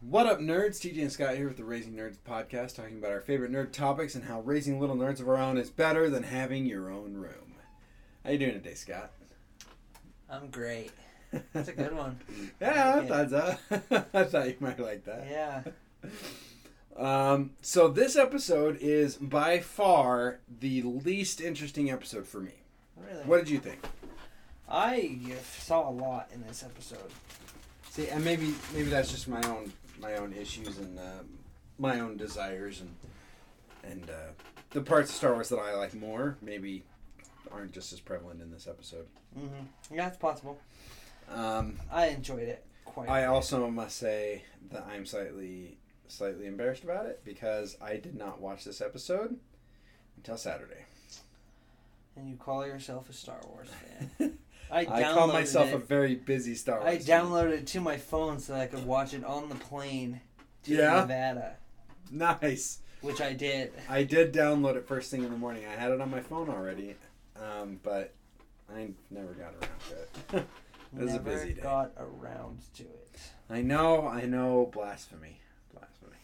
What up, nerds? TJ and Scott here with the Raising Nerds podcast, talking about our favorite nerd topics and how raising little nerds of our own is better than having your own room. How you doing today, Scott? I'm great. That's a good one. yeah, I Yeah. thought so. I thought you might like that. Yeah. Um, so this episode is by far the least interesting episode for me. Really. What did you think? I saw a lot in this episode. See, and maybe maybe that's just my own my own issues and um, my own desires and and uh, the parts of Star Wars that I like more maybe aren't just as prevalent in this episode. Mm-hmm. Yeah, it's possible. Um, I enjoyed it quite. I also must say that I'm slightly slightly embarrassed about it because I did not watch this episode until Saturday. and you call yourself a Star Wars fan. I I, downloaded call myself a it. very busy Star Wars. I downloaded it to my phone so I could watch it on the plane to Yeah? Nevada, fan. Nice. which I did. I did download it first thing in the morning. I had it on my phone already, um, but I never got around to it. It was a Never busy day. got around to it. I know, I know, blasphemy, blasphemy.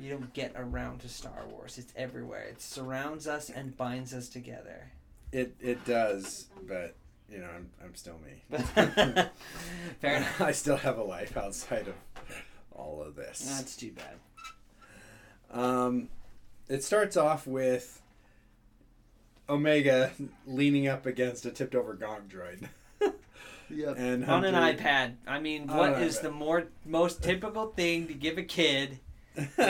You don't get around to Star Wars. It's everywhere. It surrounds us and binds us together. It it does, but you know, I'm I'm still me. Fair enough. I still have a life outside of all of this. That's too bad. Um, it starts off with Omega leaning up against a tipped over gonk droid. Yep. And on an Hunter- iPad. I mean, On what an is iPad. the more most typical thing to give a kid? You're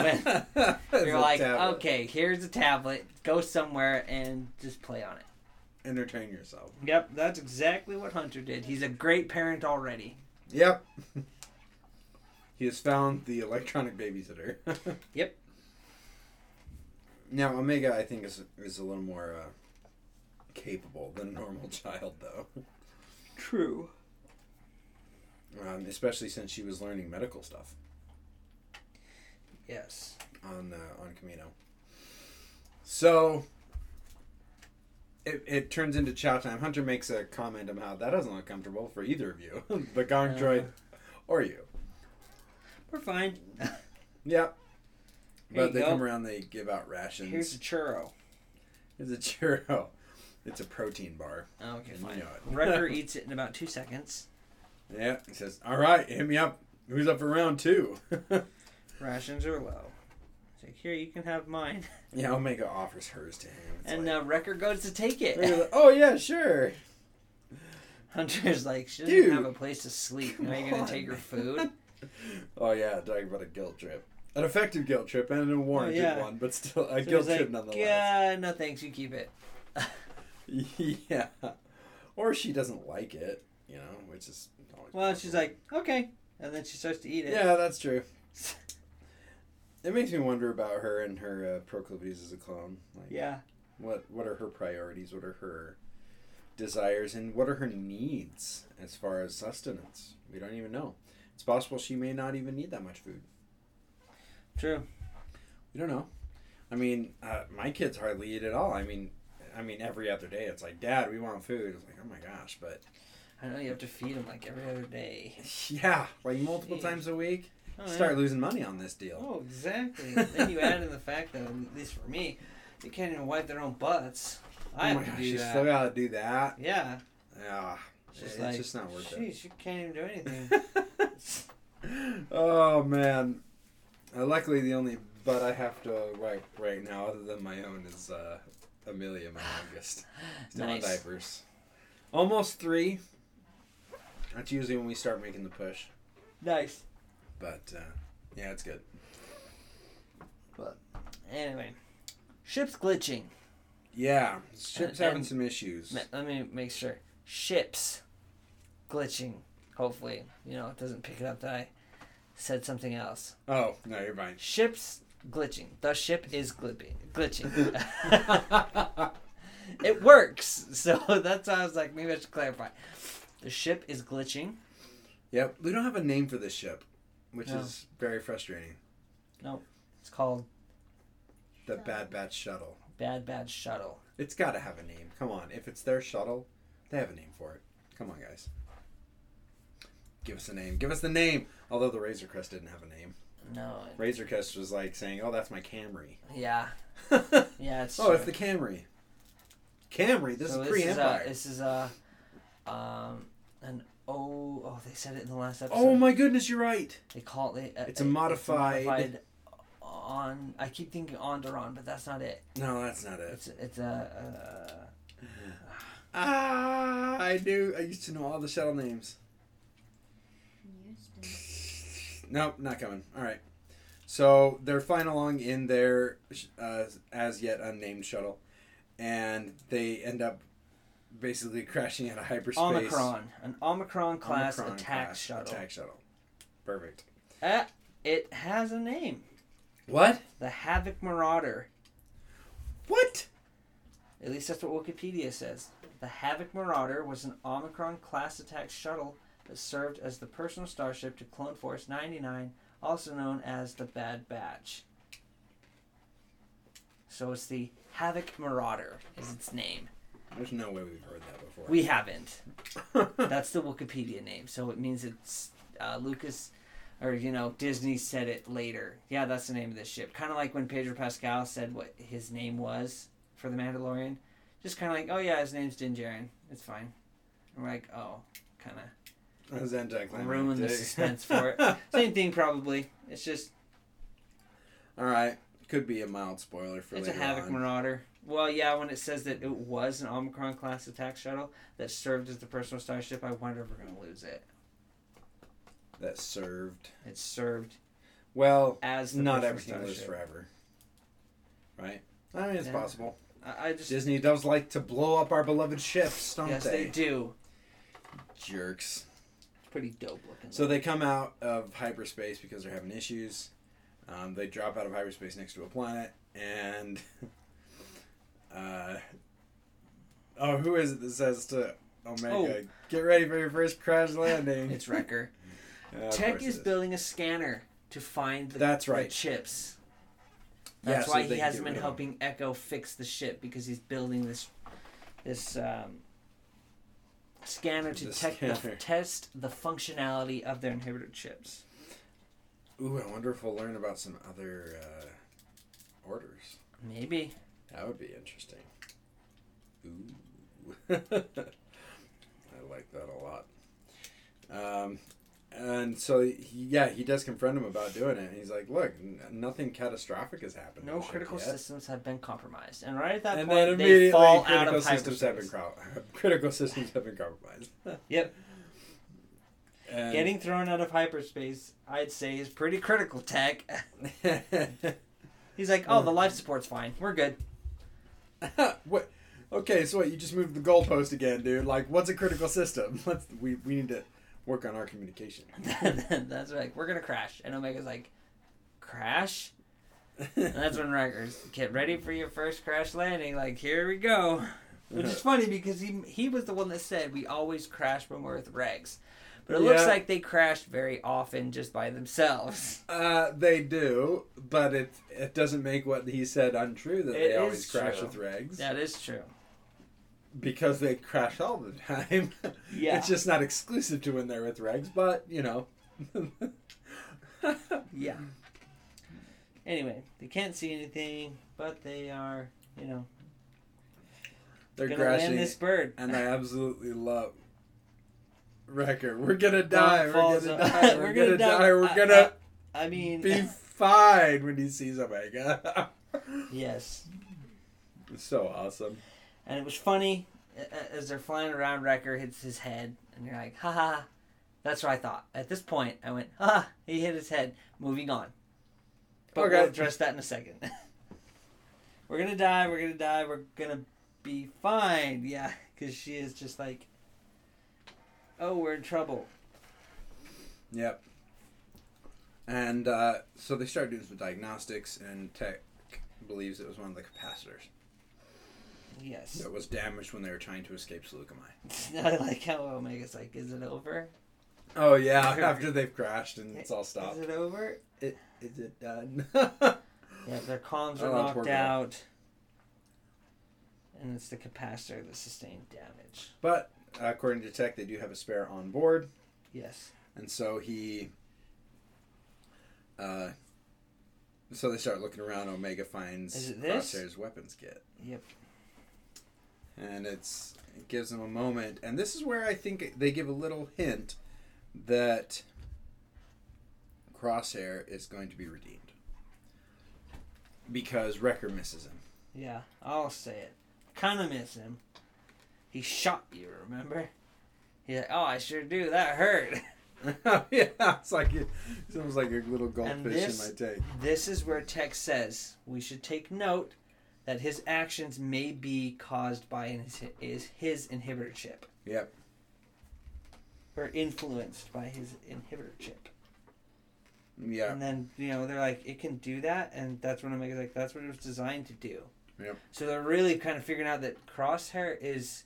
like, oh, okay. okay, here's a tablet. Go somewhere and just play on it. entertain yourself. Yep, that's exactly what Hunter did. He's a great parent already. Yep. he has found the electronic babysitter. Yep. Now Omega, I think, is is a little more uh, capable than a normal child, though. True. Um, especially since she was learning medical stuff Yes. on uh, on Camino. So. It, it turns into chow time. Hunter makes a comment about how that doesn't look comfortable for either of you, the gong Uh. droid or you. We're fine. Yep. Here But you they go. come around, they give out rations. Here's a churro. It's a churro. It's a protein bar. Oh, okay, And you fine. know it. Wrecker eats it in about two seconds. Yeah. He says, "All right, hit me up. Who's up for round two? Rations are low. He's like, here, you can have mine. yeah, Omega offers hers to him. It's and like, uh, Wrecker goes to take it. Omega's like, oh yeah, sure. Hunter's like, she doesn't Dude. have a place to sleep. Now you're Come gonna on. take her food. Oh yeah, talking about a guilt trip, an effective guilt trip and a warranted Oh, yeah. one, but still a So guilt he's like, trip nonetheless. Yeah, no thanks. You keep it. yeah. Or she doesn't like it, you know, which is always Well, possible. she's like, okay, and then she starts to eat it. Yeah, that's true. It makes me wonder about her and her uh, proclivities as a clone. Like, Yeah. What what are her priorities? What are her desires and what are her needs as far as sustenance? We don't even know. It's possible she may not even need that much food. True. We don't know. I mean, uh, my kids hardly eat at all. I mean, I mean every other day it's like, "Dad, we want food." It's like, "Oh my gosh!" But I know you have to feed them like every other day. yeah, like multiple Jeez. times a week, Oh, yeah. start losing money on this deal. Oh, exactly. then you add in the fact that, at least for me, they can't even wipe their own butts. I oh have my to gosh, do you that. still gotta do that. Yeah. Yeah, She's Ah, it's like, just not worth it. Jeez, you can't even do anything. oh man! Uh, luckily, the only butt I have to wipe right now, other than my own, is uh, Amelia, my youngest. Still Nice. on diapers. Almost three. That's usually when we start making the push, nice. but uh, yeah, it's good. Anyway, ship's glitching. Yeah, ship's And- having and- some issues. Ma- Let me make sure. Ships glitching. Hopefully, you know, it doesn't pick it up that I said something else. Oh no, you're fine. Ships glitching. The ship is glitching. Glitching. it works. So that's why I was like, maybe I should clarify. The ship is glitching. yep, we don't have a name for this ship, which No. is very frustrating. It's called The Bad Batch shuttle. Bad Bad Shuttle. It's got to have a name. Come on. If it's their shuttle, they have a name for it. Come on, guys. give us a name. Give us the name. Although the Razor Crest didn't have a name. No. it- Razor Crest was like saying, "Oh, that's my Camry." Yeah. oh, Yeah. It's true. it's the Camry. Camry. This So is pre-Empire. This is a, this is a, um, an O. Oh, they said it in the last episode. oh my goodness, you're right. They call it. They, uh, It's a modified- modified on. I keep thinking Onderon, but that's not it. No, that's not it. It's it's a. Ah, I do. I used to know all the shuttle names. Nope, not coming. All right. So they're flying along in their sh- uh, as yet unnamed shuttle, and they end up basically crashing out of hyperspace. Uh, Omicron, an Omicron class Omicron attack class shuttle. Attack shuttle. Perfect. Uh, it has a name. What? The Havoc Marauder. What? At least that's what Wikipedia says. The Havoc Marauder was an Omicron class attack shuttle that served as the personal starship to Clone Force 99, also known as the Bad Batch. So it's the Havoc Marauder is its name. There's no way we've heard that before. We haven't. That's the Wikipedia name. So it means it's uh, Lucas or you know Disney said it later. Yeah, that's the name of this ship. Kind of like when Pedro Pascal said what his name was for the Mandalorian. Just kind of like, oh yeah, his name's Din Djarin. It's fine. And we're like, oh, kind of That was anticlimactic. ruin the suspense for it. Same thing probably. It's just All right. Could be a mild spoiler for it's a later Havoc on. Marauder. Well, yeah, when it says that it was an Omicron class attack shuttle that served as the personal starship, I wonder if we're gonna lose it. that served. It served Well, as the not personal everything lives starship. forever, right? I mean, it's Yeah. possible. I, I just Disney does like to blow up our beloved ships, don't yes, they? they do. Jerks. Pretty dope looking. So they come out of hyperspace because they're having issues. Um, they drop out of hyperspace next to a planet, and uh, oh, who is it that says to Omega, "Get ready for your first crash landing"? Oh. it's Wrecker. Uh, of Tech course it is building a scanner to find the, That's the right. chips. Yeah, That's so why they he can hasn't get been rid of helping Echo fix the ship because he's building this this um, scanner to The tech The, scanner. test the functionality of their inhibitor chips. Ooh, I wonder if we'll learn about some other uh, orders. Maybe. That would be interesting. Ooh. I like that a lot. Um, and so, he, yeah, he does confront him about doing it. And he's like, look, n- nothing catastrophic has happened. to No the ship critical yet." systems have been compromised, and right at that And point, then they immediately, fall out critical of systems have been hyperspace. com- critical systems have been compromised. Yep. And- Getting thrown out of hyperspace, I'd say, is pretty critical. Tech. He's like, oh, the life support's fine. We're good. what? Okay, so what? You just moved the goalpost again, dude. Like, what's a critical system? Let's we we need to work on our communication. that's like, we're gonna crash. And Omega's like, crash? And that's when Riker's get ready for your first crash landing. Like, here we go. Which is funny because he he was the one that said we always crash when we're with Regs, but it looks Yeah. like they crashed very often just by themselves. Uh, they do, but it it doesn't make what he said untrue that It they is always crash true. with regs That is true. because they crash all the time. Yeah. it's just not exclusive to when they're with regs, but you know. Yeah. Anyway, they can't see anything, but they are you know They're gonna crashing, land this bird. and I absolutely love. Record. We're gonna die. We're falls gonna on- die. We're, gonna, die. We're I- gonna. I mean, be fine when he sees Omega. yes. it's so awesome. And it was funny a- a- as they're flying around. Wrecker hits his head, and you're like, "Ha ha!" That's what I thought. At this point, I went, "Ha! ha, He hit his head." Moving on. But Okay. we'll address that in a second. we're gonna die. We're gonna die. We're gonna be fine. Yeah, because she is just like, "Oh, we're in trouble." Yep. And uh, so they start doing some diagnostics, and Tech believes it was one of the capacitors Yes. that was damaged when they were trying to escape Seleucami. I like how Omega's like, "Is it over? Oh yeah, after they've crashed and it's all Is stopped. it over?" It, is it done? Yeah, their columns are Oh, poor knocked girl. out. And it's the capacitor that sustained damage. but according to Tech, they do have a spare on board, Yes. and so he. Uh, so they start looking around. Omega Is finds it this? Crosshair's weapons kit, Yep. and it's it gives him a moment. And this is where I think they give a little hint that Crosshair is going to be redeemed because Wrecker misses him. Yeah, I'll say it. Kind of miss him. He shot you, remember? He's like, oh, I sure do. That hurt. yeah, it's like it, it's almost like a little goldfish this- in my tank. This is where Tech says we should take note that his actions may be caused by his, is his inhibitor chip. Yep. Or influenced by his inhibitor chip. Yeah, And then, you know, they're like, it can do that. And that's when Omega's like, that's what it was designed to do. Yep. So they're really kind of figuring out that Crosshair is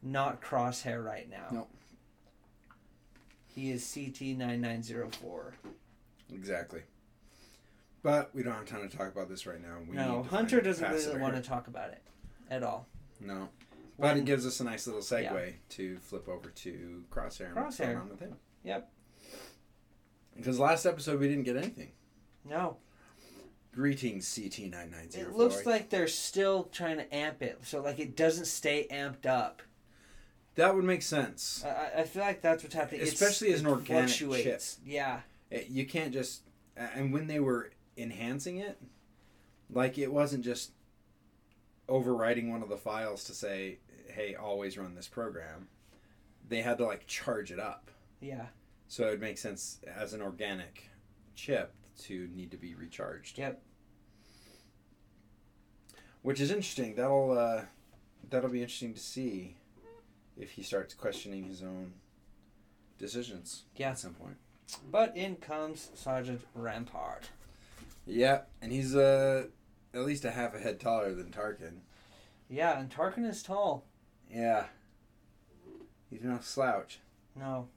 not Crosshair right now. No. He is CT9904. exactly. But we don't have time to talk about this right now. We no, need to Hunter find a doesn't really capacitor. want to talk about it at all. No, but When- it gives us a nice little segue Yeah. to flip over to Crosshair. and what's Crosshair. going on with him. Yep. Because last episode we didn't get anything. No. Greetings, CT nine nine zero. It looks like they're still trying to amp it. So, like, it doesn't stay amped up. that would make sense. I- I, I feel like that's what's happening. It's- Especially as an it organic chip. fluctuates. Yeah. It- you can't just and when they were enhancing it like it wasn't just overriding one of the files to say hey always run this program they had to like charge it up Yeah. so it would make sense as an organic chip to need to be recharged Yep. which is interesting that'll uh that'll be interesting to see if he starts questioning his own decisions Yeah. at some point But in comes Sergeant Rampart. Yeah, and he's uh at least a half a head taller than Tarkin. Yeah, and Tarkin is tall. Yeah. He's no slouch. No.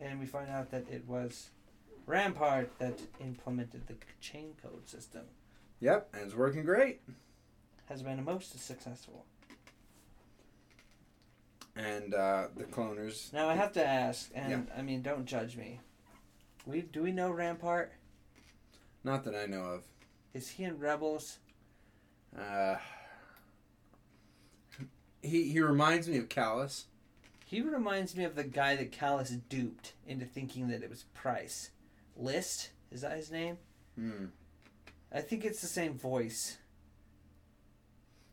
And we find out that it was Rampart that implemented the c- chain code system. Yep, and it's working great. Has been most successful. And uh the cloners Now I have to ask, and I mean, don't judge me. We do we know Rampart? not that I know of. Is he in Rebels? Uh he he reminds me of Callus. He reminds me of the guy that Callus duped into thinking that it was Price. List is that his name? Hmm. I think it's the same voice.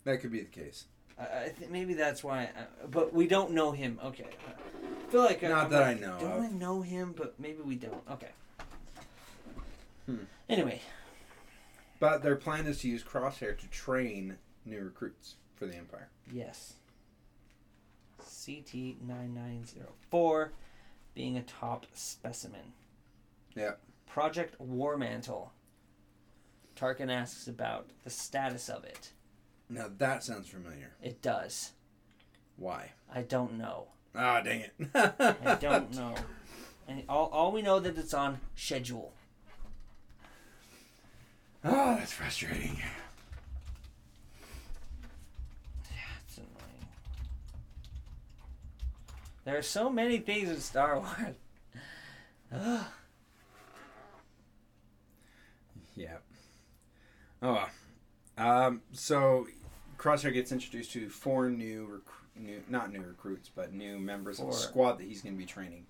That could be the case. I, I th- maybe that's why. I, but we don't know him. Okay. I feel like uh, Not I'm that like, I know Don't of. I know him? But maybe we don't. Okay. Hmm. Anyway, But their plan is to use Crosshair to train new recruits for the Empire. yes. CT nine nine zero four, being a top specimen. Yep. Project War Mantle. Tarkin asks about the status of it. Now that sounds familiar. It does. Why? I don't know. Ah, dang it. I don't know. And all, all we know that it's on schedule. Oh, that's frustrating. That's annoying. There are so many things in Star Wars. Ugh. Yeah. Oh well. Um, so Crosshair gets introduced to four new, recru- new not new recruits, but new members of the Four. squad that he's going to be training.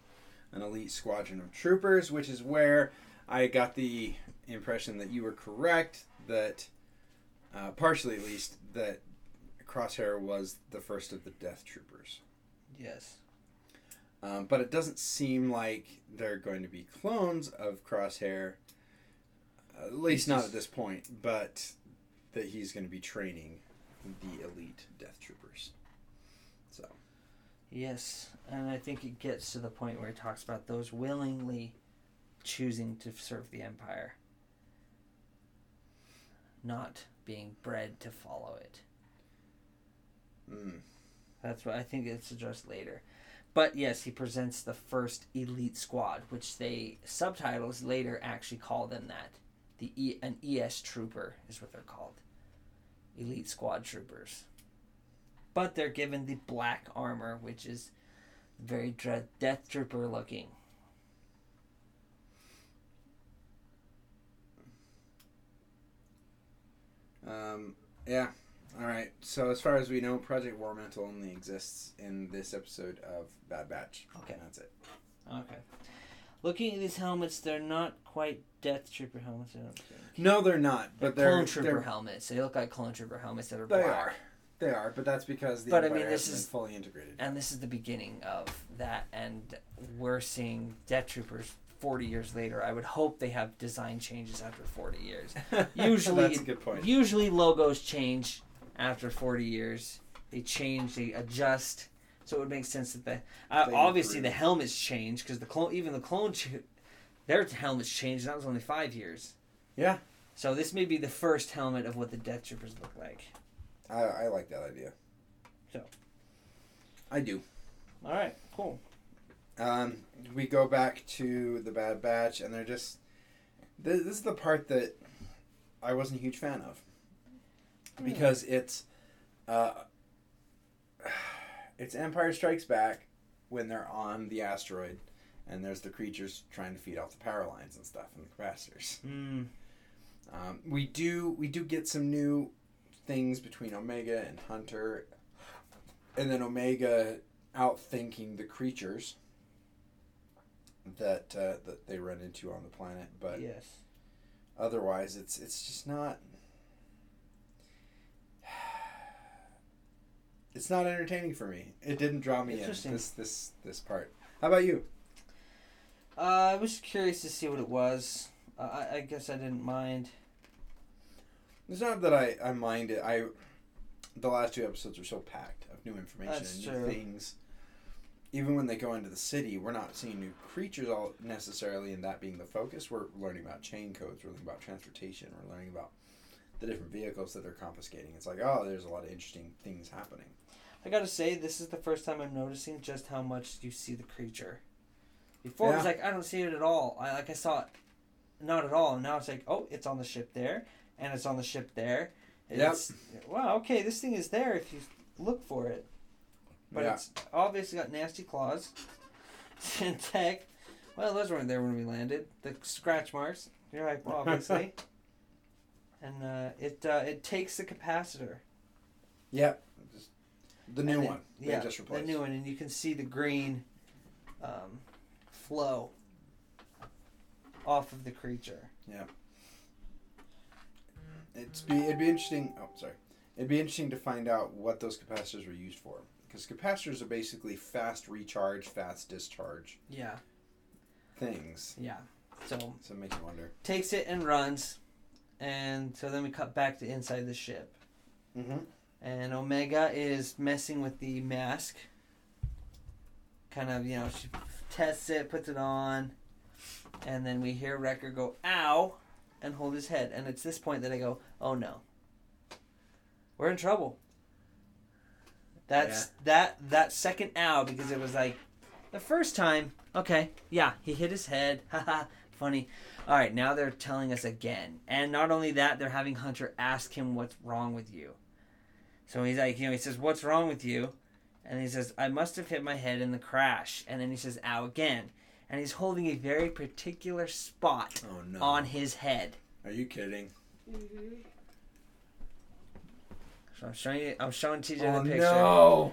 An elite squadron of troopers, which is where I got the impression that you were correct that, uh, partially at least, that Crosshair was the first of the Death Troopers. yes. Um, but it doesn't seem like they're going to be clones of Crosshair, uh, at least not at this point, but that he's going to be training the elite death troopers. So, Yes. And I think it gets to the point where he talks about those willingly choosing to serve the Empire, not being bred to follow it. mm, That's what I think it's addressed later. But yes, he presents the first elite squad, which they subtitles later actually call them that. The e, an ES trooper is what they're called. Elite squad troopers. But they're given the black armor, which is very dread death trooper looking. Um, Yeah. All right. So as far as we know, Project War Mantle only exists in this episode of Bad Batch. Okay. And that's it. Okay. Looking at these helmets, they're not quite Death Trooper helmets. I don't think. No, they're not. But they're, clone trooper they're- helmets. They look like clone trooper helmets that are they black. are. They are, but that's because the But, I Empire mean, this hasn't is- been fully integrated. And this is the beginning of that, and we're seeing Death Troopers 40 years later. I would hope they have design changes after 40 years. Usually, that's a good point. Usually logos change after 40 years. They change, they adjust. So it would make sense that the uh, They obviously improve. the helmets change because the clone even the clone ch- their helmets changed. And that was only five years. Yeah. So this may be the first helmet of what the Death Troopers look like. I, I like that idea. So. I do. All right, cool. Um, we go back to the Bad Batch, and they're just. This, this is the part that I wasn't a huge fan of. Because it's. Uh, it's Empire Strikes Back when they're on the asteroid, and there's the creatures trying to feed off the power lines and stuff and the capacitors. Mm, Um, we do we do get some new things between Omega and Hunter, and then Omega outthinking the creatures that uh, that they run into on the planet. But yes. otherwise, it's it's just not. It's not entertaining for me. It didn't draw me in. Interesting. This this this part. How about you? Uh, I was curious to see what it was. Uh, I, I guess I didn't mind. It's not that I, I mind it. I the last two episodes were so packed of new information That's and new true. things. Even when they go into the city, we're not seeing new creatures all necessarily, and that being the focus. We're learning about chain codes. We're learning about transportation. We're learning about the different vehicles that they're confiscating. It's like, oh, there's a lot of interesting things happening. I gotta say, this is the first time I'm noticing just how much you see the creature. Before it was Yeah. like I don't see it at all. I like I saw it, not at all. And now it's like oh, it's on the ship there, and it's on the ship there. Yep. It's, Wow. Okay, this thing is there if you look for it. But yeah, it's obviously got nasty claws. and tech. Well, those weren't there when we landed. The scratch marks. You're like, well, obviously. and uh, it uh, it takes the capacitor. yeah, just the new And it- one. They yeah, just replaced. the new one, and you can see the green um, flow off of the creature. It's be it'd be interesting. Oh, sorry. It'd be interesting to find out what those capacitors were used for, because capacitors are basically fast recharge, fast discharge Yeah, things. yeah. So So it makes you wonder. takes it and runs, and so then we cut back to inside the ship. Mm-hmm. and Omega is messing with the mask. Kind of, you know, she tests it, puts it on, and then we hear Wrecker go "ow" and hold his head. And it's this point that I go, "Oh no, we're in trouble." That's that that second "ow" because it was like the first time. Okay, yeah, he hit his head. Haha, funny. All right, now they're telling us again, and not only that, they're having Hunter ask him what's wrong with you. So he's like, you know, he says, "What's wrong with you?" And he says, "I must have hit my head in the crash." And then he says, "Ow again." And he's holding a very particular spot Oh no. on his head. Are you kidding? So I'm showing you, I'm showing TJ Oh the picture. no.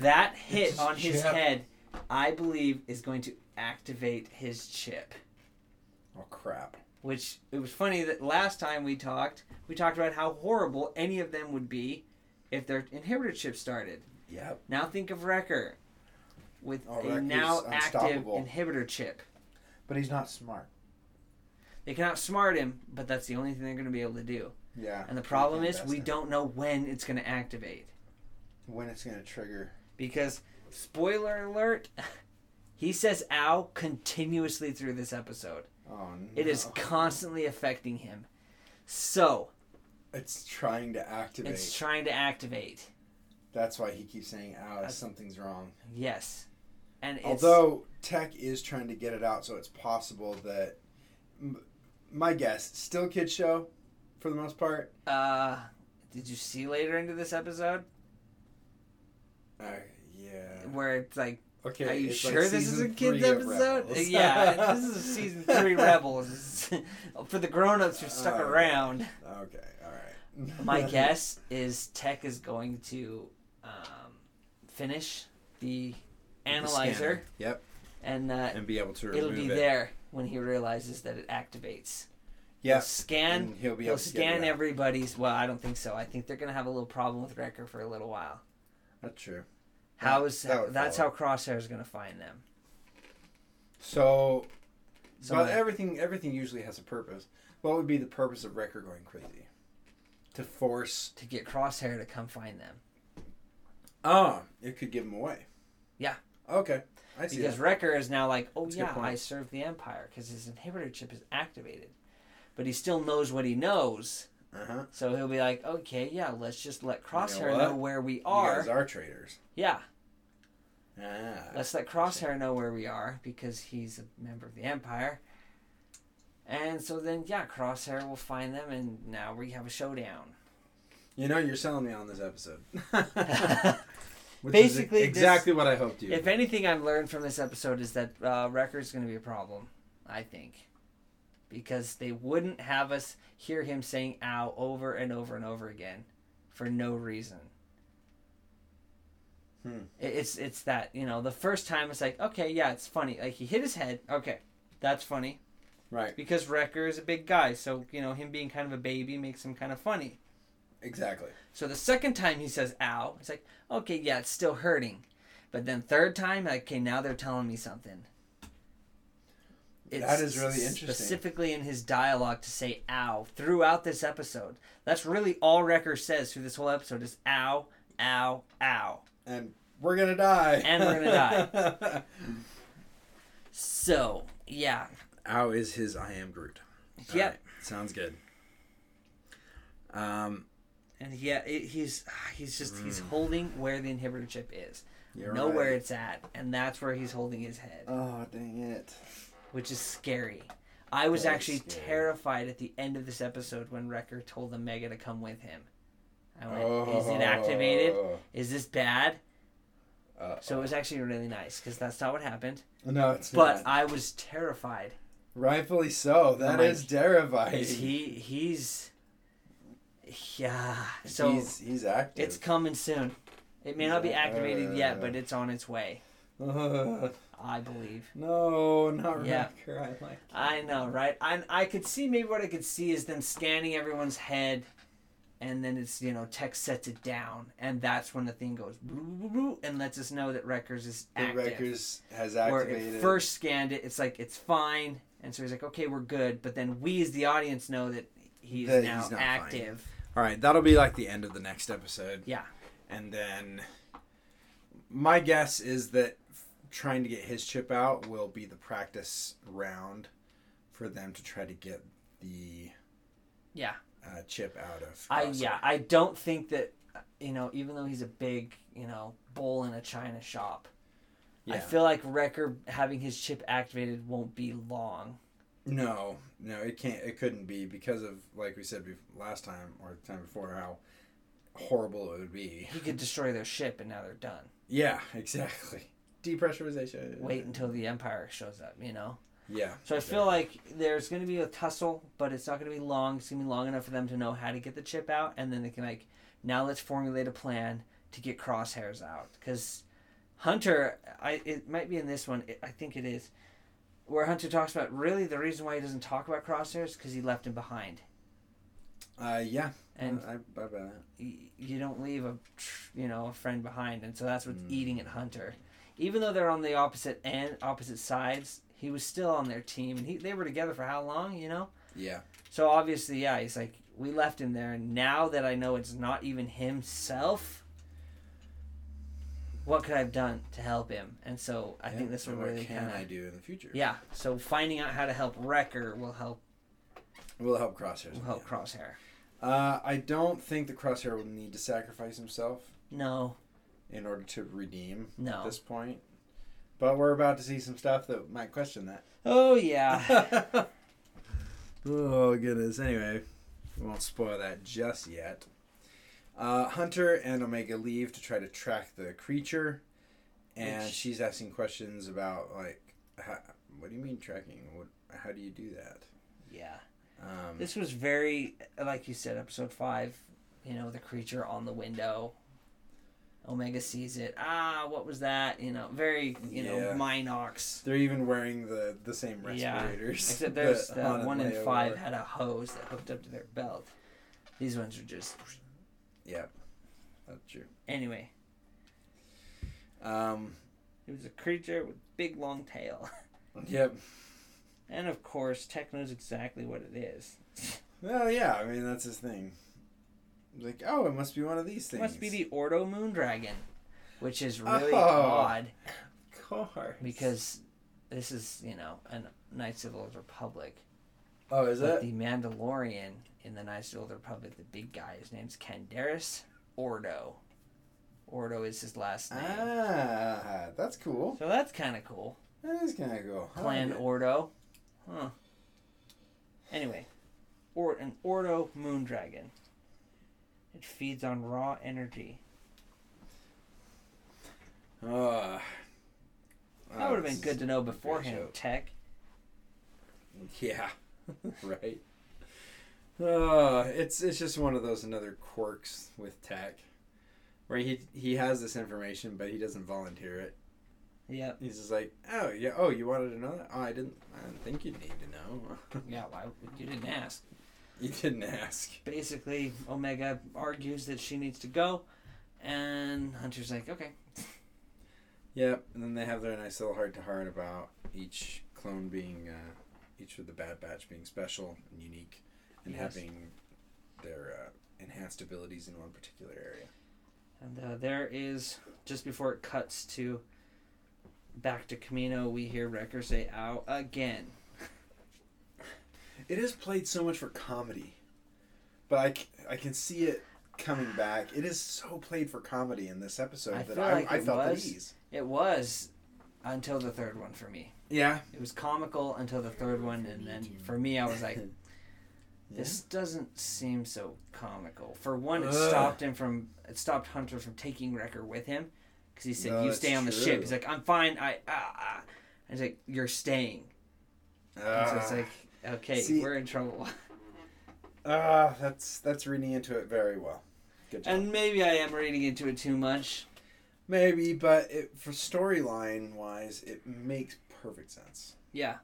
That hit his on his chip. head, I believe, is going to activate his chip. Oh crap. Which it was funny that last time we talked, we talked about how horrible any of them would be if their inhibitor chip started. Yep. Now think of Wrecker with Oh, a Wrecker's now active unstoppable. inhibitor chip. But he's not smart. They can outsmart him, but that's the only thing they're going to be able to do. Yeah. And the problem can't is, best we him. don't know when it's going to activate. When it's gonna trigger. Because, spoiler alert, he says ow continuously through this episode. Oh no. It is constantly affecting him. So, It's trying to activate. it's trying to activate. That's why he keeps saying, "Ow, That's- something's wrong." Yes. And it's. Although Tech is trying to get it out, so it's possible that m- my guess still kid show for the most part. Uh, did you see later into this episode Uh, yeah. where it's like Okay. Are you it's like sure this is a season kids three of episode? Rebels. yeah, this is a season three Rebels for the grown-ups who stuck Oh. around. okay. All right. My guess is Tech is going to um, finish the analyzer, Yep. and that And be able to remove it'll be it. there when he realizes that it activates. He'll Yes. scan. and he'll be he'll able to get it scan out. everybody's. Well, I don't think so. I think they're gonna have a little problem with Wrecker for a little while. That's true. How is that would that's follow. how Crosshair's gonna find them? So, So but like- everything everything usually has a purpose. What would be the purpose of Wrecker going crazy? To force. to get Crosshair to come find them Oh, it could give him away. Yeah. Okay. I see. because that. Wrecker is now like, oh That's a good yeah, point. I serve the Empire because his inhibitor chip is activated, but he still knows what he knows. Uh-huh. So he'll be like, okay, yeah, let's just let Crosshair know, what? where we You are. guys are traitors. yeah, Ah. let's let Crosshair know where we are because he's a member of the Empire. And so then, yeah, Crosshair will find them, and now we have a showdown. You know, you're selling me on this episode. Which Basically, is this- exactly what I hoped you. If anything, I've learned from this episode is that uh, Wrecker's going to be a problem, I think. Because they wouldn't have us hear him saying ow over and over and over again for no reason. Hmm. It- It's it's that, you know, the first time it's like, okay, yeah, it's funny. Like he hit his head. Okay, that's funny. right. Because Wrecker is a big guy, so, you know, him being kind of a baby makes him kind of funny. Exactly. So the second time he says ow, it's like, okay, yeah, it's still hurting. But then third time, like, okay, now they're telling me something. That is really interesting. Specifically in his dialogue to say ow throughout this episode. That's really all Wrecker says through this whole episode is ow, ow, ow. And we're gonna die. And we're gonna die. So, yeah. Ow is his I am Groot. All yeah. right. Sounds good. Um. And yeah, it, he's he's just he's holding where the inhibitor chip is. Mm. You're know where right. it's at, and that's where he's holding his head. Oh dang it. which is scary. I was That is actually scary. terrified at the end of this episode when Wrecker told the Mega to come with him. I went, "Is it activated? Oh. Is this bad?" Uh, So it was actually really nice because that's not what happened. no, it's But not. I was terrified. Rightfully so. That Mike, is terrifying. Is he? He's. Yeah. So he's he's active. it's coming soon. It may He's not be a- activated yet, uh, but it's on its way. Ugh. I believe. no, not Yeah. Wrecker. I like. I know, right? I I could see maybe what I could see is them scanning everyone's head, and then it's you know Tech sets it down, and that's when the thing goes boo, boo, boo, boo, and lets us know that Wreckers is The active. Wreckers has Where activated. it first scanned it, it's like it's fine, and so he's like, okay, we're good. But then we as the audience know that he's That now he's not active. All right, that'll be like the end of the next episode. Yeah. And then my guess is that f- trying to get his chip out will be the practice round for them to try to get the Yeah. uh, chip out of. I Crosshair. yeah, I don't think that you know, even though he's a big you know bull in a china shop. I Yeah. feel like Wrecker having his chip activated won't be long. No, no, it can't. It couldn't be because of like we said bef last time or the time before how horrible it would be. He could destroy their ship and now they're done. Yeah, exactly. Depressurization. Wait until the Empire shows up, you know? Yeah. So I feel like there's going to be a tussle, but it's not going to be long. It's going to be long enough for them to know how to get the chip out, and then they can, like, now let's formulate a plan to get crosshairs out. Because Hunter, I it might be in this one, it, I think it is, where Hunter talks about really the reason why he doesn't talk about crosshairs because he left him behind. Uh, yeah. And I, I buy that. y- you don't leave a tr- you know a friend behind and so that's what's Mm. eating at hunter even though they're on the opposite end opposite sides he was still on their team and he, they were together for how long you know Yeah. so obviously yeah he's like we left him there and now that i know it's not even himself what could i have done to help him and so i Yeah, think this and one what really can kind I of do in the future? yeah so finding out how to help wrecker will help We'll help Crosshairs. will with help that. crosshair Uh, I don't think the Crosshair will need to sacrifice himself no in order to redeem at no this point. But we're about to see some stuff that might question that. oh yeah oh goodness. Anyway, we won't spoil that just yet. Uh, Hunter and Omega leave to try to track the creature, and Which- she's asking questions about like, how, what do you mean tracking? What, how do you do that? yeah Um, This was very, like you said, episode five. You know, the creature on the window. Omega sees it. Ah, what was that? You know, very, you know, Yeah. Minox. they're even wearing the the same Yeah. respirators. Except there's that the Haunted one in Mayo five wore. had a hose that hooked up to their belt. These ones are just. Yeah, that's true. Anyway, Um, it was a creature with big long tail. yep. And of course, Tech knows exactly what it is. Well, yeah. I mean, that's his thing. Like, oh, it must be one of these It things. must be the Ordo Moon Dragon, which is really Oh. odd. car. because this is you know an Knights of the Old Republic. oh, is that? But the Mandalorian in the Knights of the Old Republic, the big guy, his name's Candaris Ordo. Ordo is his last name, Ah, that's cool. so that's kind of cool. That is kind of cool. I Clan like it. Ordo, huh? Anyway, or an Ordo Moon Dragon. It feeds on raw energy. Ah. That would have this been is good to know beforehand, joke. Tech. Yeah, right. Uh, it's it's just one of those another quirks with Tech, where he he has this information but he doesn't volunteer it. Yep. He's just like, oh yeah, oh you wanted to know that? Oh, I didn't. I didn't think you'd need to know. Yeah. Why you didn't ask? you didn't ask. basically omega argues that she needs to go and hunter's like okay Yep. And then they have their nice little heart to heart about each clone being, uh, each of the Bad Batch being special and unique, and Yes. having their uh, enhanced abilities in one particular area. and uh, there is just before it cuts to back to camino we hear wrecker say ow again It is played so much for comedy, but I, c- I can see it coming back. It is so played for comedy in this episode I that feel I, like I it felt at was. ease. it was until the third one for me Yeah. it was comical until the third one and then for me i was like this doesn't seem so comical for one it Ugh. stopped him from it stopped hunter from taking wrecker with him because he said No, you that's stay on the true. ship he's like i'm fine i ah, ah. and he's like you're staying And so it's Ah. like, okay, See- we're in trouble. Ah, that's that's reading into it very well. Good job. And maybe I am reading into it too much. Maybe, but it, for storyline wise, it makes perfect sense. Yeah.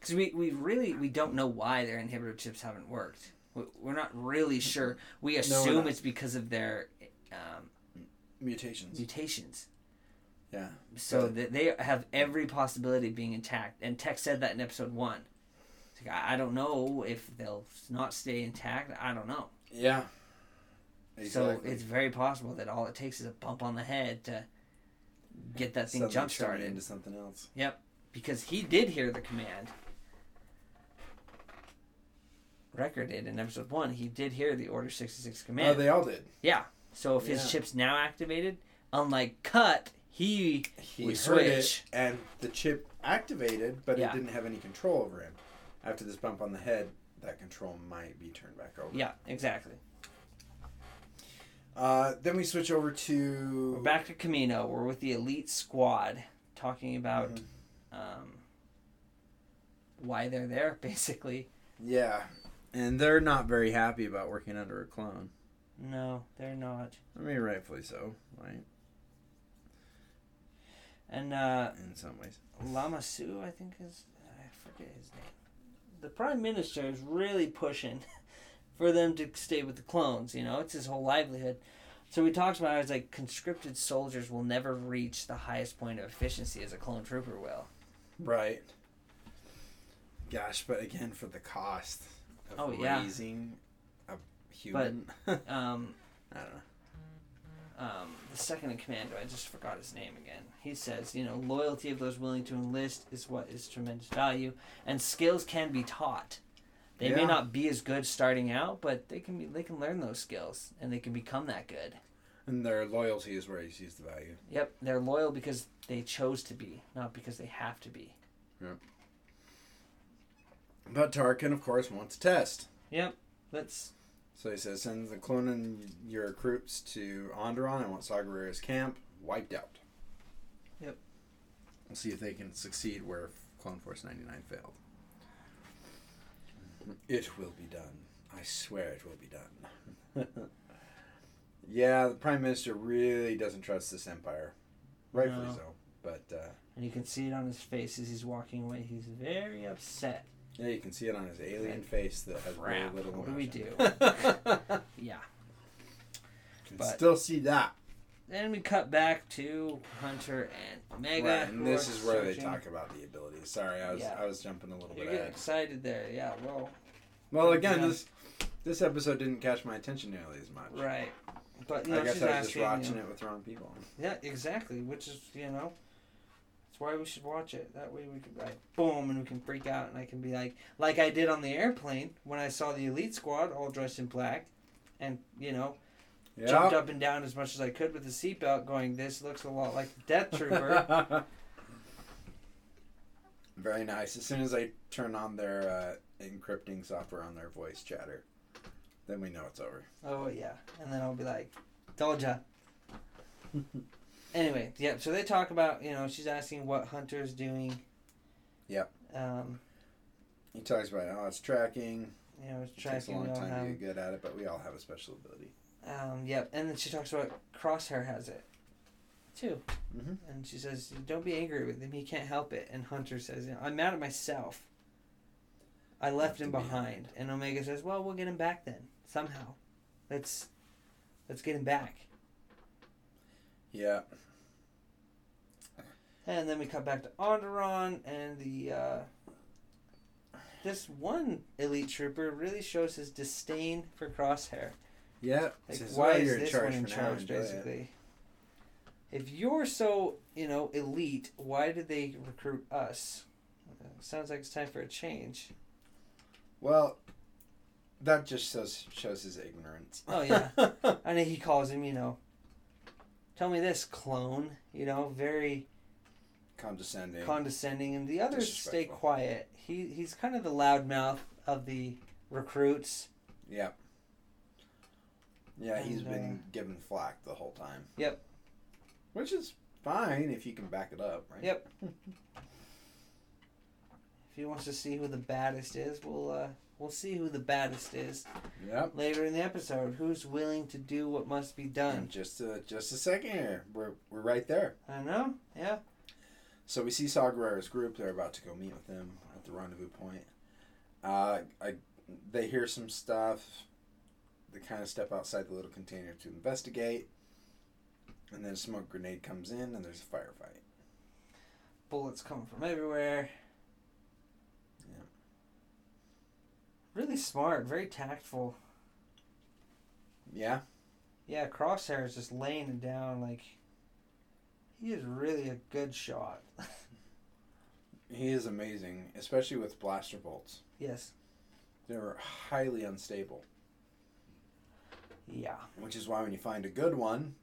Because we, we really we don't know why their inhibitor chips haven't worked. We- We're not really sure. We assume not. it's because of their um, Mutations. mutations. Yeah. So Right. that they have every possibility of being intact. And Tech said that in episode one. It's like, I I don't know if they'll not stay intact. I don't know. Yeah. So it's very possible that all it takes is a bump on the head to get that thing Suddenly jump turning started. into something else. because he did hear the command. Wrecker did in episode one. He did hear the Order 66 Oh, command. they all did. yeah. So if Yeah. his chip's now activated, unlike Cut, he. He We heard switch. it, and the chip activated, but Yeah. it didn't have any control over him. After this bump on the head, that control might be turned back over. Yeah, exactly. Uh, then we switch over to We're back to Camino. We're with the Elite Squad talking about Mhm. um, why they're there, basically. Yeah, and they're not very happy about working under a clone. No, they're not. I mean, rightfully so, right? And uh, In some ways. Lama Su, I think is I forget his name. The prime minister is really pushing for them to stay with the clones. You know, it's his whole livelihood. So we talked about. I was like, conscripted soldiers will never reach the highest point of efficiency as a clone trooper will. Right. Gosh, but again, for the cost of Oh, yeah. raising a human, Um, I don't know. um, the second in command, I just forgot his name again. He says, you know, loyalty of those willing to enlist is what is tremendous value, and skills can be taught. They may Yeah. not be as good starting out, but they can be. They can learn those skills, and they can become that good. And their loyalty is where you sees the value. Yep, they're loyal because they chose to be, not because they have to be. But Tarkin, of course, wants a test. Yep, let's. So he says, send the clone and your recruits to Onderon. I want Sagarera's camp wiped out. Yep. We'll see if they can succeed where Clone Force 99 failed. It will be done. I swear it will be done. yeah, the prime minister really doesn't trust this empire, rightfully No. so. But uh, And you can see it on his face as he's walking away. He's very upset. yeah, you can see it on his alien face that has very Crap, little. what do we emotion. Yeah. can But- still see that. Then we cut back to Hunter and Mega. Right, and who this are is where they searching. talk about the abilities. Sorry, I was Yeah. I was jumping a little You're bit getting ahead. excited there. Yeah, well, Well, again, Yeah. this this episode didn't catch my attention nearly as much. right. But you I know, guess she's I was just asking, watching you know- it with the wrong people. Yeah, exactly. Which is, you know, that's why we should watch it. That way we could, like, boom, and we can freak out, and I can be like, like I did on the airplane when I saw the Elite Squad all dressed in black, and, you know, jumped up and down as much as I could with the seatbelt, going, "This looks a lot like the Death Trooper." Very nice. As soon as I turn on their uh, encrypting software on their voice chatter, then we know it's over. oh yeah, and then I'll be like, "Told ya." anyway, yeah. So they talk about, you know, she's asking what Hunter's doing. Yep. Um, He talks about how it's tracking. you know, It takes a tracking long on time to him. get good at it, but we all have a special ability. Um, yep. And then she talks about Crosshair has it, too. Mhm. And she says, "Don't be angry with him. He can't help it." And Hunter says, you know, "I'm mad at myself. I left Have him to be behind." And Omega says, "Well, we'll get him back then somehow. Let's let's get him back." Yeah. And then we cut back to Onderon, and the uh, this one elite trooper really shows his disdain for Crosshair. Yeah. Like, Says, why "Well, is you're in this charge one in for now, charge, enjoy it." basically? If you're so, you know, elite, why did they recruit us? Uh, sounds like it's time for a change. Well, that just shows shows his ignorance. Oh, yeah. I know he calls him, you know, tell me this, clone. You know, very Condescending. condescending, and the others stay Disrespectful. quiet. He he's kind of the loudmouth of the recruits. yeah. Yeah, he's And, been given flack the whole time. Yep. Which is fine if you can back it up, right? Yep. If he wants to see who the baddest is, we'll uh, we'll see who the baddest is Yep. later in the episode. Who's willing to do what must be Um, done? Just a, just a second here. We're, we're right there. I know. Yeah. So we see Saw Guerrero's group. They're about to go meet with them at the rendezvous point. Uh, I, they hear some stuff. They kind of step outside the little container to investigate. And then a smoke grenade comes in, and there's a firefight. Bullets coming from everywhere. Yeah. Really smart. Very tactful. Yeah? Yeah. Crosshair is just laying it down like. He is really a good shot. He is amazing, especially with blaster bolts. yes. They're highly unstable, Yeah. which is why when you find a good one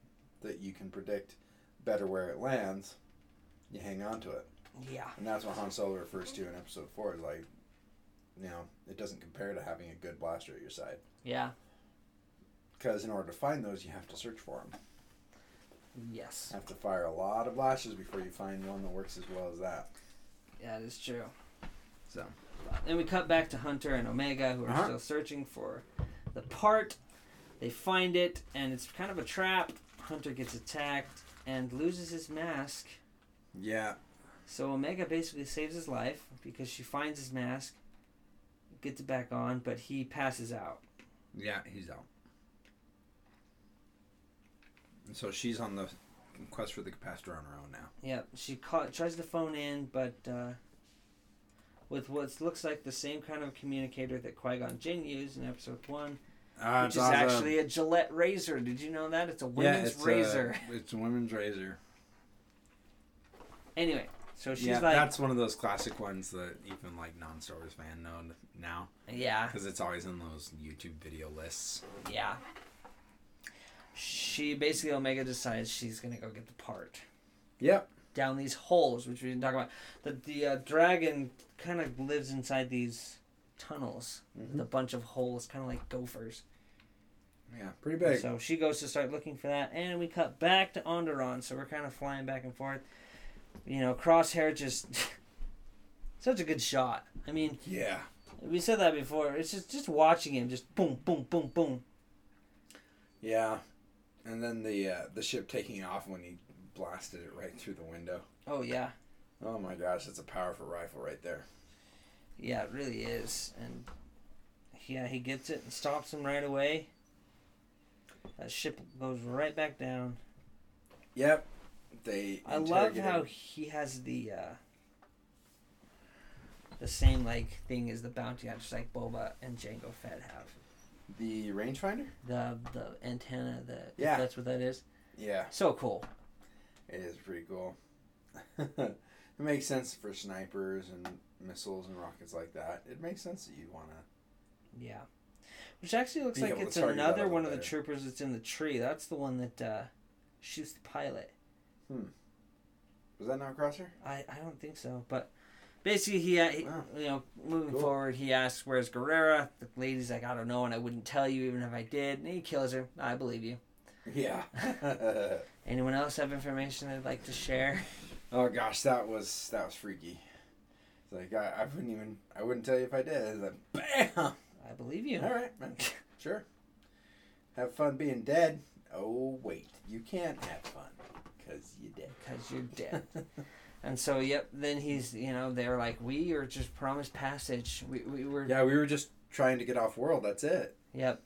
that you can predict better where it lands, you hang on to it. Yeah. And that's what Han Solo refers to in episode four. is Like, you know, it doesn't compare to having a good blaster at your side. Yeah. Because in order to find those, you have to search for them. Yes. have to fire a lot of blasters before you find one that works as well as that. Yeah, it is true. So. Then we cut back to Hunter and Omega, who are Uh-huh. still searching for the part. They find it, and it's kind of a trap. Hunter gets attacked and loses his mask. Yeah. So Omega basically saves his life because she finds his mask, gets it back on, but he passes out. Yeah, he's out. And so she's on the quest for the capacitor on her own now. Yep, she caught, tries to phone in, but uh, with what looks like the same kind of communicator that Qui Gon Jinn used in Episode One. Uh, Which is actually a Gillette razor. Did you know that? It's a women's razor. it's uh, a women's razor. Anyway, so she's yeah, like, that's one of those classic ones that even like non-Star Wars fan know now. yeah, Because it's always in those YouTube video lists. yeah. She basically Omega decides she's gonna go get the part Yep. down these holes, which we didn't talk about. The the uh, dragon kind of lives inside these tunnels Mm-hmm. with a bunch of holes, kind of like gophers. Yeah, pretty big. So she goes to start looking for that, and we cut back to Onderon. So we're kind of flying back and forth. You know, Crosshair just such a good shot. I mean, yeah. We said that before. It's just just watching him, just boom, boom, boom, boom. Yeah, and then the uh, the ship taking off when he blasted it right through the window. Oh yeah, Oh my gosh, that's a powerful rifle right there. yeah, it really is. And yeah, he gets it and stops him right away. That ship goes right back down. Yep. They. I love interrogated- how he has the uh, the same like thing as the bounty hunters, like Boba and Django Fett have. the rangefinder. The the antenna, the if Yeah. that's what that is. Yeah, So cool. it is pretty cool. it makes sense for snipers and missiles and rockets like that. It makes sense that you wanna. Yeah. Which actually looks Be like able to it's target that a another little one of the better. troopers that's in the tree. That's the one that uh, shoots the pilot. Was that not Crosshair? I, I don't think so, but basically he, uh, he Wow. you know moving Cool. forward he asks where's Guerrera. The lady's like I don't know and I wouldn't tell you even if I did. And he kills her. I believe you. Yeah. Anyone else have information they'd like to share? oh gosh, that was that was freaky. It's like I, I wouldn't even I wouldn't tell you if I did. It's like bam. I believe you. All right, man. Sure. Have fun being dead. Oh wait, you can't have fun because you're dead. Because you're dead. and so yep. Then he's you know they're like we are just promised passage. We we were Yeah, we were just trying to get off world. That's it. Yep.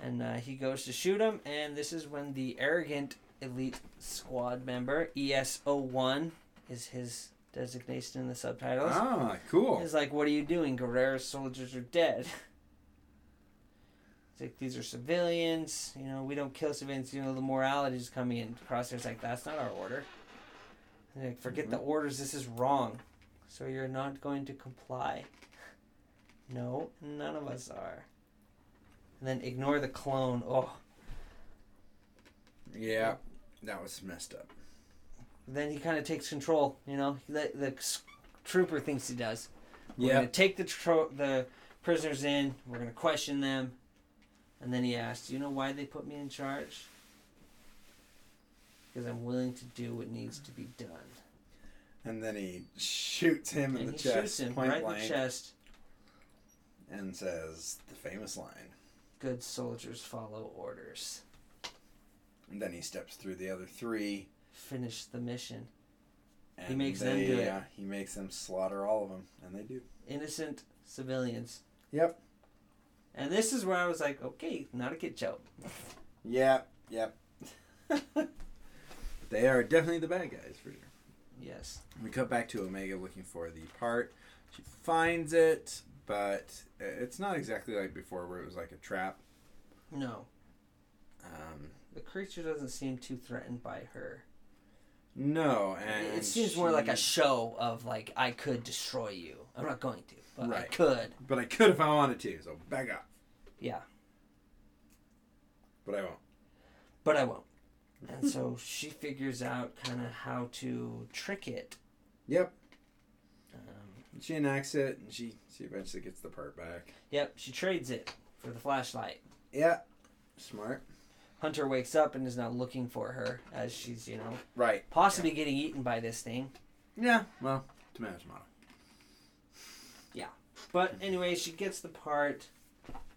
And uh, he goes to shoot him, and this is when the arrogant elite squad member E ES01 is his designation in the subtitles. Ah, cool. Is like, what are you doing? Guerrera's soldiers are dead. It's like these are civilians. You know, we don't kill civilians. You know, the morality is coming in. Crosshair's like, that's not our order. And they're like, forget the orders. This is wrong. So you're not going to comply. No, none of us are. And then ignore the clone. Oh, Yeah, that was messed up. then he kind of takes control. You know, the the s- trooper thinks he does. We're Yeah, gonna take the tro- the prisoners in. We're gonna question them, and then he asks, "Do you know why they put me in charge?" Because I'm willing to do what needs to be done. and then he shoots him in and the he chest, shoots him point right in blank, the chest. and says the famous line. Good soldiers follow orders. And then he steps through the other three. Finish the mission. And makes them do it. Yeah, he makes them slaughter all of them, and they do. Innocent civilians. Yep. And this is where I was like, okay, not a kid joke. Yep. Yep. they are definitely the bad guys for sure. Yes. We cut back to Omega looking for the part. She finds it, but it's not exactly like before where it was like a trap. No. Um, The creature doesn't seem too threatened by her. no, and it seems more like a she- show of like I could destroy you. I'm not going to, but I Right. could. But I could if I wanted to, so back up. Yeah, But I won't. but I won't. And so she figures out kind of how to trick it. Yep. Um, She enacts it, and she she eventually gets the part back. yep, she trades it for the flashlight. Yeah. Smart. Hunter wakes up and is now looking for her as she's you know Right. possibly getting eaten by this thing. Yeah. Well, tomato, tomato. But Mm-hmm. anyway, she gets the part.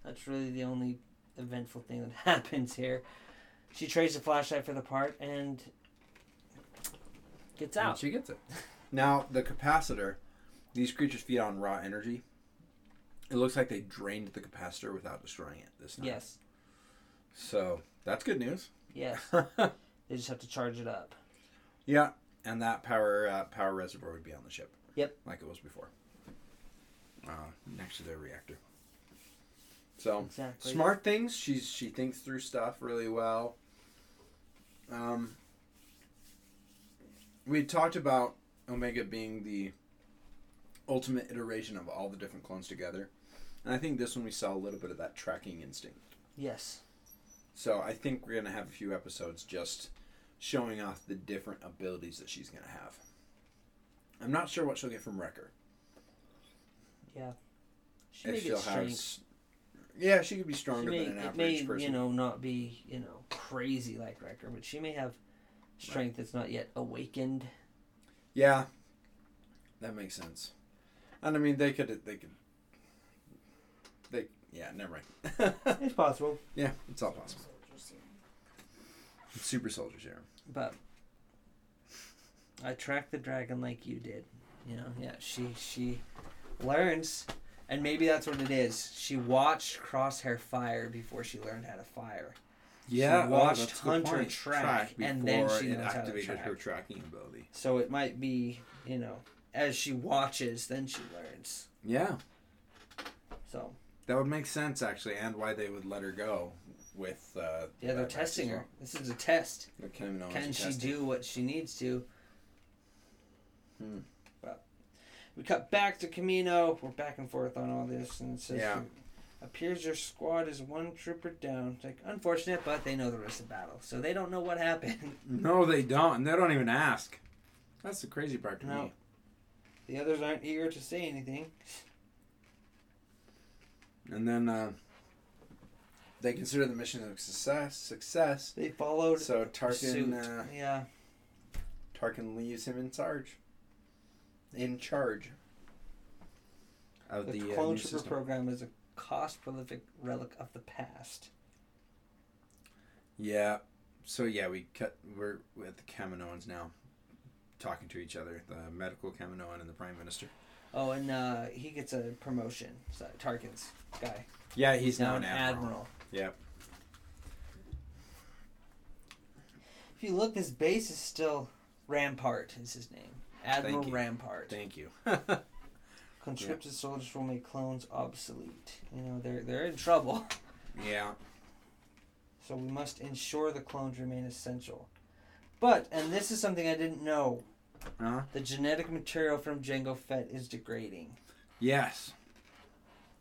That's really the only eventful thing that happens here. She trades the flashlight for the part and gets And out. she gets it. Now the capacitor. These creatures feed on raw energy. It looks like they drained the capacitor without destroying it this time. Yes. So that's good news. Yes. They just have to charge it up. yeah, and that power uh, power reservoir would be on the ship. Yep. like it was before. Uh, next to their reactor. So Exactly. smart things. She's she thinks through stuff really well. Um, we had talked about Omega being the ultimate iteration of all the different clones together, and I think this one we saw a little bit of that tracking instinct. Yes. So I think we're gonna have a few episodes just showing off the different abilities that she's gonna have. I'm not sure what she'll get from Wrecker. Yeah. She If may she'll get have, strength. s- yeah, she could be She stronger may, than an it average may, person. you know, not be, you know, crazy like Wrecker, but she may have strength that's not yet awakened. Yeah, that makes sense. And I mean, they could they could Yeah, never mind. It's possible. yeah, it's all possible. Super soldier serum. But I tracked the dragon like you did. You know, yeah, she she learns and maybe that's what it is. She watched Crosshair fire before she learned how to fire. Yeah, She oh, watched that's a good Hunter point. track, and then before she it knows how to activated track. her tracking ability. So it might be, you know, as she watches then she learns. Yeah, So that would make sense actually, and why they would let her go with. Uh, yeah, they're that match as testing her. well. This is a test. They're kind of Can she Oh, testing. do what she needs to? Hmm. But we cut back to Camino. We're back and forth on all this, and it says, Yeah. "Appears your squad is one trooper down." It's like unfortunate, but they know the rest of the battle, so they don't know what happened. No, they don't, and they don't even ask. That's the crazy part to No. me. the others aren't eager to say anything. And then uh, they consider the mission a success. Success. They followed So suit. Tarkin, uh, yeah, Tarkin leaves him in charge. In charge. Of the, the, uh, clone new trooper system. program is a cost prolific relic of the past. Yeah. So yeah, we cut. We're with the Kaminoans now, talking to each other. The medical Kaminoan and the Prime Minister. Oh, and uh, he gets a promotion. So Tarkin's guy. Yeah, he's, now an admiral. Yep. If you look, his base is still Rampart. Is his name Admiral Thank you. Rampart? Thank you. Conscripted soldiers will make clones obsolete. You know they're they're in trouble. yeah. So we must ensure the clones remain essential. But and this is something I didn't know. Huh? The genetic material from Jango Fett is degrading, Yes.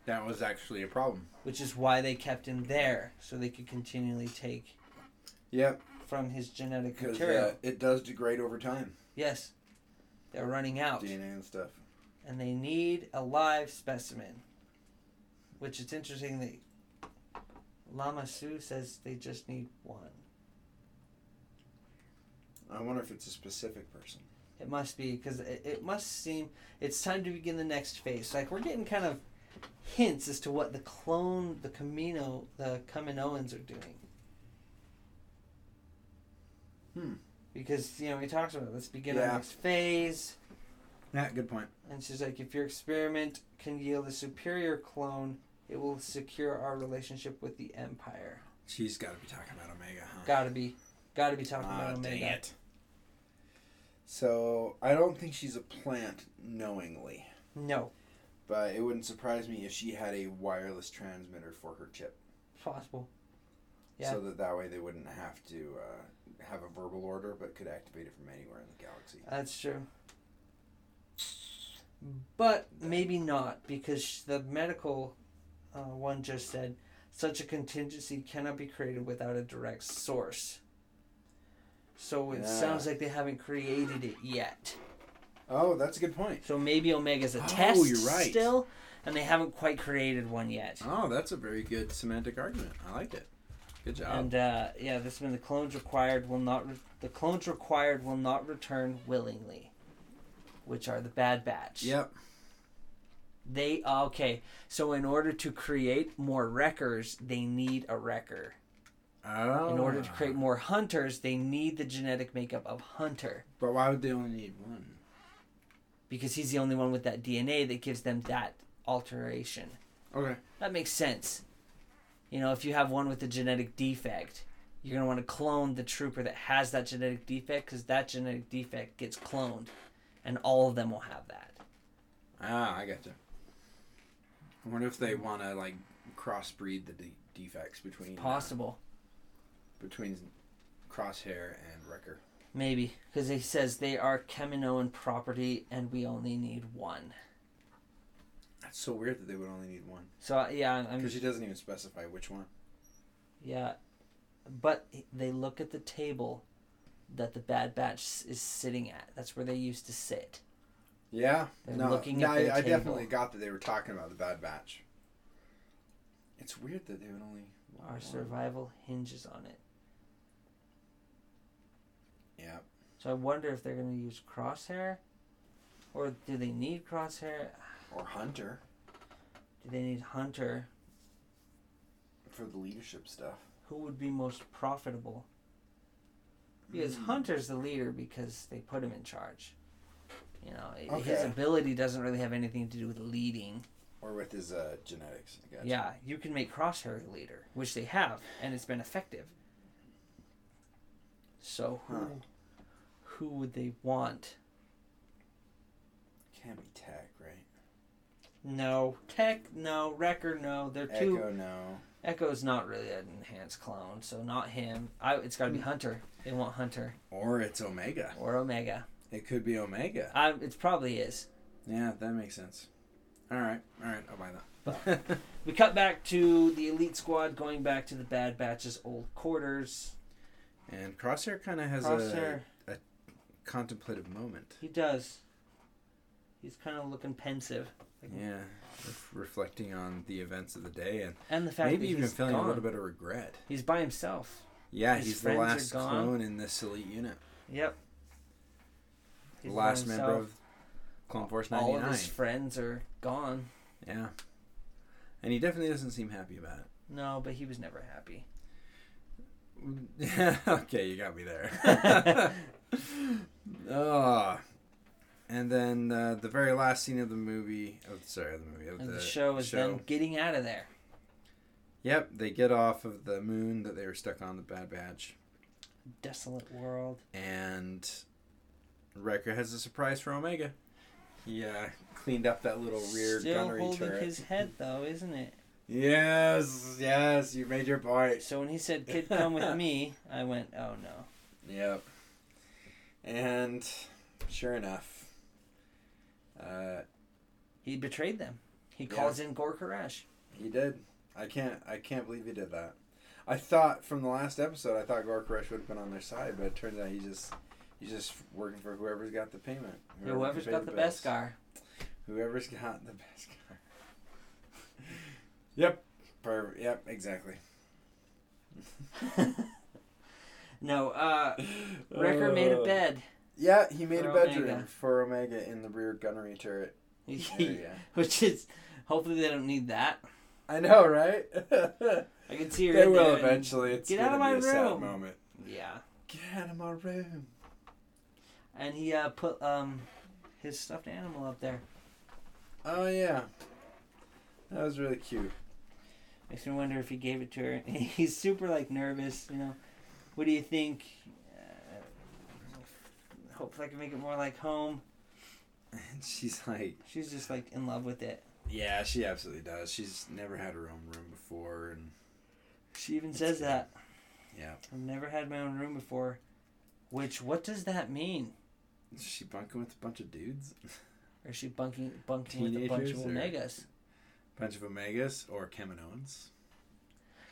That was actually a problem. which is why they kept him there so they could continually take Yep. from his genetic Because uh, material. it does degrade over time, yes, they're running out. DNA and stuff. and they need a live specimen. Which it's interesting that Lama Su says they just need one. I wonder if it's a specific person. It must be because it, it must seem it's time to begin the next phase. Like we're getting kind of hints as to what the clone, the Camino, the Kaminoans are doing. Hmm. Because you know he talks about let's begin Yeah. our next phase. Yeah, good point. And she's like, if your experiment can yield a superior clone, it will secure our relationship with the Empire. She's got to be talking about Omega, huh? Gotta be, gotta be talking Ah, about Omega. dang it. So I don't think she's a plant knowingly, No, but it wouldn't surprise me if she had a wireless transmitter for her chip, possible. Yeah. so that that way they wouldn't have to uh, have a verbal order, but could activate it from anywhere in the galaxy. That's true. But maybe not, because the medical uh, one just said such a contingency cannot be created without a direct source. So it Yeah. sounds like they haven't created it yet. Oh, that's a good point. So maybe Omega's a Oh, test you're right. still, and they haven't quite created one yet. Oh, that's a very good semantic argument. I liked it. Good job. And uh, yeah, this one the clones required will not re- the clones required will not return willingly, which are the Bad Batch. yep. They uh, okay. So in order to create more wreckers, they need a wrecker. Oh. In order to create more hunters, they need the genetic makeup of hunter But why would they only need one? because he's the only one with that DNA that gives them that alteration. Okay. That makes sense. You know, if you have one with a genetic defect, you're going to want to clone the trooper that has that genetic defect because that genetic defect gets cloned and all of them will have that. Ah, I gotcha. I wonder if they want to like crossbreed the de- defects between uh, Possible. between Crosshair and Wrecker. Maybe. Because he says they are Kaminoan property and we only need one. That's so weird that they would only need one So, I- yeah, I'm- I'm. because she doesn't even specify which one. Yeah. But they look at the table that the Bad Batch s- is sitting at. That's where they used to sit. Yeah, They're no, looking no, at I, their I table. definitely got that they were talking about the Bad Batch. It's weird that they would only want Our one. survival hinges on it. Yeah, So I wonder if they're going to use crosshair, or do they need crosshair? or Hunter. Do they need hunter? for the leadership stuff. Who would be most profitable? Because Hmm. Hunter's the leader because they put him in charge. You know, i- his Okay. ability doesn't really have anything to do with leading. Or with his uh, genetics. I guess. Yeah, you can make Crosshair the leader, which they have, and it's been effective. So who, Huh. who would they want? Can't be Tech, right? No, Tech, no, Wrecker, no. They're two. Echo, no. Echo's not really an enhanced clone, so not him. I, it's got to be Hunter. They want Hunter Or it's Omega. or Omega. It could be Omega. I, it probably is. Yeah, that makes sense. All right, all right, I'll buy that. We cut back to the Elite Squad going back to the Bad Batch's old quarters. and Crosshair kind of has Crosshair, a contemplative moment. he does. He's kind of looking pensive. Yeah, ref- reflecting on the events of the day and And the fact maybe that even he's feeling gone. a little bit of regret. He's by himself. Yeah, His he's the friends are last gone. clone in this elite unit. Yep. The He's by last member himself. of Clone Force All 99. of his friends are gone. yeah. And he definitely doesn't seem happy about No, but he was never happy. it. okay, you got me there. oh. And then uh, the very last scene of the movie, oh, sorry, of the movie, of And the, the, show is show. them getting out of there. Yep, they get off of the moon that they were stuck on, the Bad Batch, Desolate world. and Wrecker has a surprise for Omega. He uh, cleaned up that little rear Still gunnery holding turret. his head though, isn't it? Yes, yes, you made your point. So when he said, "Kid, come with me," I went, "Oh no." Yep. And sure enough, uh, He betrayed them. He Yeah. calls in Gor Karash. he did. I can't. I can't believe he did that. I thought from the last episode, I thought Gorkaresh would have been on their side, but it turns out he just he's just working for whoever's got the payment. whoever Whoever's can pay got the best bills. car. Whoever's got the best car. yep. Per- yep. Exactly. no, uh, Wrecker made a Uh, bed. Yeah, he made For a bedroom Omega. for Omega in the rear gunnery turret. area. Which is, hopefully they don't need that. I know, right? I can see her. they in will there and- eventually. It's Get gonna out of my be a sad room. moment. Yeah, Get out of my room. and he uh, put um, his stuffed animal up there. Oh yeah, that was really cute. Makes me wonder if he gave it to her. He's super like nervous, you know. What do you think? Uh, hopefully, I can make it more like home. And she's like, She's just like in love with it. yeah, she absolutely does. She's never had her own room before, and She even That's says good. that yeah, I've never had my own room before. Which what does that mean? is she bunking with a bunch of dudes, Or is she bunking bunking with a bunch of Teenagers or- omegas? bunch of omegas or Kaminoans.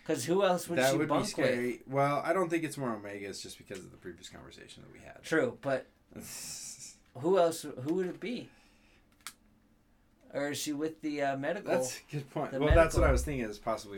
Because who else would that she would be bunk scary. with? Well, I don't think it's more omegas just because of the previous conversation that we had. True, but who else? Who would it be? Or is she with the uh, medical? That's a good point. The uh, well, that's what medical- I was thinking is possibly